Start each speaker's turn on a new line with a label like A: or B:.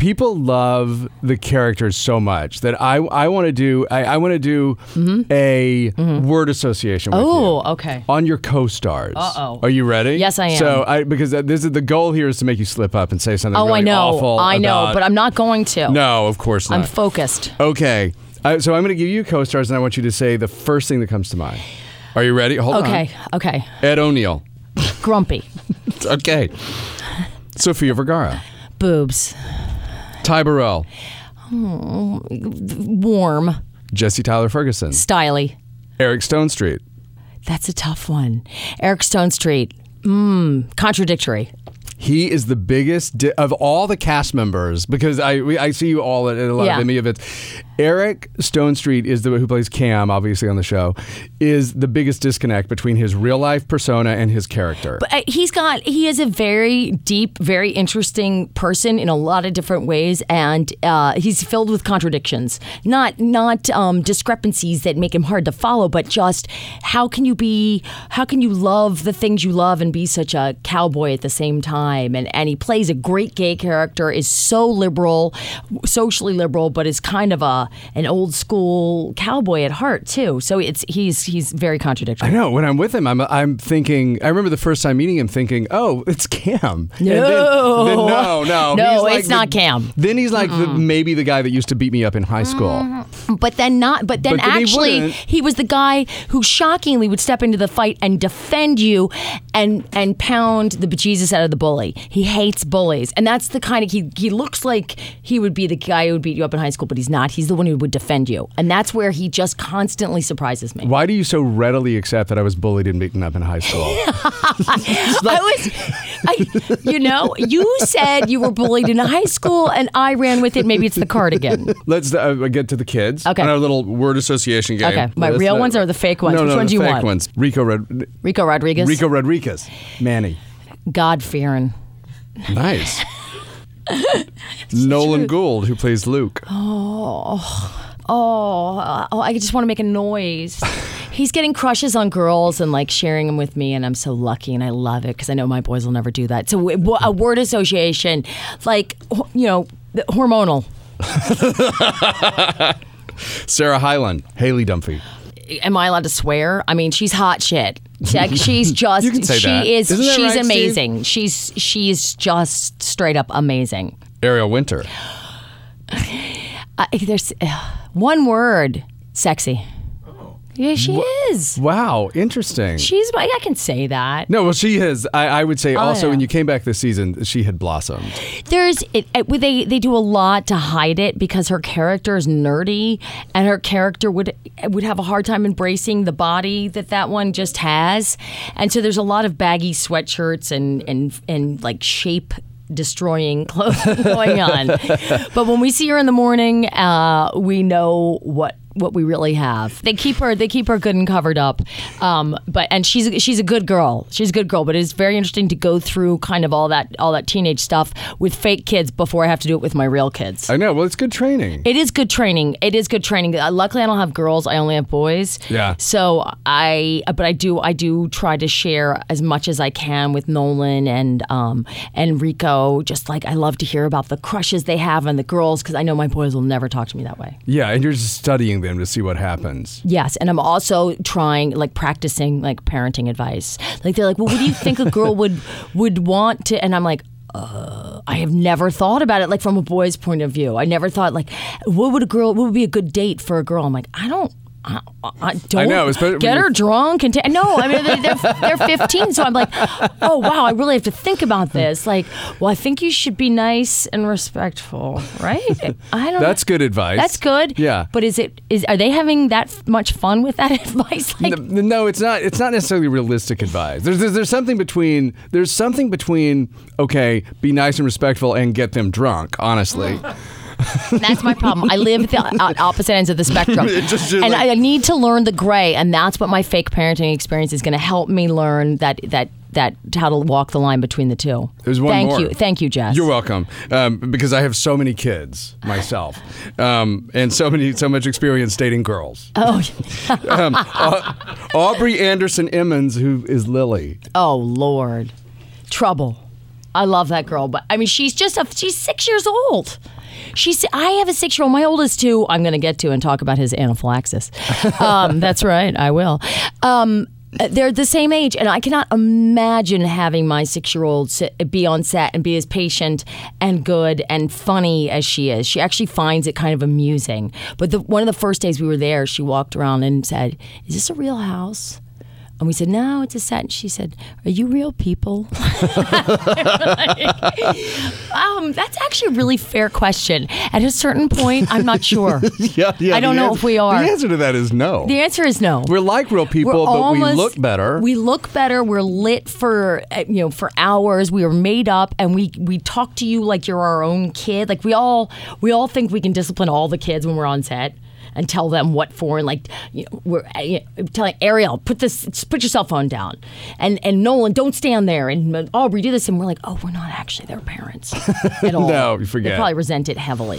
A: people love the characters so much that I I want to do I, I want to do a word association. With
B: Mm-hmm. Oh,
A: you
B: okay.
A: On your co-stars.
B: Uh-oh.
A: Are you ready?
B: Yes, I am.
A: So I because this is the goal here is to make you slip up and say something.
B: Oh,
A: really
B: I know.
A: Awful
B: I know,
A: about-
B: but I'm not going to.
A: no, of course not.
B: I'm focused.
A: okay, I, so I'm going to give you co-stars, and I want you to say the first thing that comes to mind. Are you ready? Hold
B: Okay. Okay.
A: on. Ed O'Neill.
B: Grumpy.
A: Okay. Sofia Vergara.
B: Boobs.
A: Ty Burrell.
B: Warm.
A: Jesse Tyler Ferguson.
B: Styly.
A: Eric Stone Street.
B: That's a tough one. Eric Stone Street. Mmm. Contradictory.
A: He is the biggest di- of all the cast members because I we, I see you all at, at a lot
B: Yeah.
A: of Emmy events. Eric Stone Street is the who plays Cam, obviously on the show, is the biggest disconnect between his real life persona and his character.
B: Uh, He's got, he is a very deep, very interesting person in a lot of different ways, and uh, he's filled with contradictions. Not, not um, discrepancies that make him hard to follow, but just how can you be, how can you love the things you love and be such a cowboy at the same time? And, and he plays a great gay character, is so liberal, socially liberal, but is kind of a an old school cowboy at heart, too. So it's, he's, he's very contradictory.
A: I know when I'm with him, I'm I'm thinking. I remember the first time meeting him, thinking, "Oh, it's Cam." And then-
B: No.
A: then- no, no,
B: No,
A: He's like
B: it's not Cam.
A: Then he's like the, maybe the guy that used to beat me up in high school.
B: Mm-hmm. But then not. But then
A: But then he
B: actually,
A: wouldn't.
B: he, was the guy who shockingly would step into the fight and defend you, and and pound the bejesus out of the bully. He hates bullies, and that's the kind of he he looks like he would be the guy who would beat you up in high school, but he's not. He's the one who would defend you, and that's where he just constantly surprises me.
A: Why do you so readily accept that I was bullied and beaten up in high school?
B: I was, I, you know, you said you were bullied in high school, and I ran with it. Maybe it's the cardigan.
A: Let's uh, get to the kids.
B: Okay.
A: And our little word association game.
B: Okay, my
A: Let's
B: real
A: not-
B: ones or the fake ones?
A: No,
B: Which
A: no,
B: one
A: the
B: do you
A: fake
B: want?
A: ones. Rico, Rod-
B: Rico Rodriguez,
A: Rico Rodriguez. Manny.
B: God fearing.
A: Nice. Nolan Gould, who plays Luke.
B: Oh, uh, oh, I just want to make a noise. He's getting crushes on girls and like sharing them with me, and I'm so lucky and I love it because I know my boys will never do that. So, w- w- a word association, like, ho- you know, the- hormonal.
A: Sarah Hyland. Haley Dunphy.
B: Am I allowed to swear? I mean, she's hot shit. Like, she's just,
A: You can say
B: she
A: that.
B: is,
A: Isn't that
B: she's
A: right, Steve?
B: amazing. She's, she's just straight up amazing.
A: Ariel Winter.
B: I, there's uh, one word sexy.
A: Oh.
B: Yeah, she is.
A: Wow, interesting.
B: She's, I I can say that.
A: no, well, she has. I, I would say also
B: Oh, yeah.
A: when you came back this season, she had blossomed.
B: There's it, it, they they do a lot to hide it because her character is nerdy and her character would would have a hard time embracing the body that that one just has, and so there's a lot of baggy sweatshirts and and and like shape destroying clothing going on. but when we see her in the morning, uh, we know what what we really have. They keep her they keep her good and covered up. Um, but and she's a- she's a good girl. She's a good girl, but it's very interesting to go through kind of all that all that teenage stuff with fake kids before I have to do it with my real kids.
A: I know. Well, it's good training.
B: It is good training. It is good training. Uh, luckily, I don't have girls. I only have boys.
A: Yeah.
B: So I, uh, but I do, I do try to share as much as I can with Nolan and um and Rico. Just like I love to hear about the crushes they have on the girls because I know my boys will never talk to me that way.
A: yeah, and you're just studying them to see what happens.
B: Yes, and I'm also trying like practicing like parenting advice. Like they're like, "Well, what do you think a girl would would want to?" And I'm like, uh, "I have never thought about it like from a boy's point of view. I never thought like, what would a girl? What would be a good date for a girl?" I'm like, "I don't." I, I don't
A: know, especially when
B: get
A: you're-
B: her drunk and ta- no. I mean, they're, they're, they're 15, so I'm like, oh wow, I really have to think about this. Like, well, I think you should be nice and respectful, right? I don't.
A: That's good advice.
B: That's good.
A: Yeah.
B: But is it is are they having that f- much fun with that advice? Like,
A: N- no, it's not. It's not necessarily realistic advice. There's, there's there's something between there's something between okay, be nice and respectful and get them drunk.
B: Mm,
A: Honestly,
B: that's my problem. I live at the o- opposite ends of the spectrum,
A: It just-
B: and
A: you're like-
B: I I need to learn the gray. And that's what my fake parenting experience is going to help me learn that that that how to walk the line between the two.
A: There's one
B: Thank
A: more.
B: you, thank you, Jess.
A: you're welcome um, because I have so many kids myself, um, and so many so much experience dating girls.
B: Oh,
A: Um, Au- Aubrey Anderson Emmons, who is Lily.
B: oh Lord, trouble. I love that girl, but I mean, she's just a she's six years old. She's. I have a six year old. My oldest two. I'm going to get to and talk about his anaphylaxis. Um, that's right. I will. Um, they're the same age, and I cannot imagine having my six-year-old sit, be on set and be as patient and good and funny as she is. She actually finds it kind of amusing. But the, one of the first days we were there, she walked around and said, "Is this a real house?" And we said, "No, it's a set." And she said, "Are you real people?" um, that's actually a really fair question. At a certain point, I'm not sure.
A: Yeah, yeah.
B: I don't
A: the
B: know
A: ans-
B: if we are.
A: The answer to that is no.
B: The answer is no.
A: We're like real people,
B: We're
A: but we
B: almost-
A: look better.
B: We look better. We're lit for uh, you know for hours. We are made up, and we we talk to you like you're our own kid. Like we all we all think we can discipline all the kids when we're on set and tell them what for. And like you know, we're uh, you know, telling Ariel, put this, put your cell phone down, and and Nolan, don't stand there, "Oh, and Aubrey, do this, and we're like, oh, we're not actually their parents at all.
A: No, you forget.
B: They probably resent it heavily.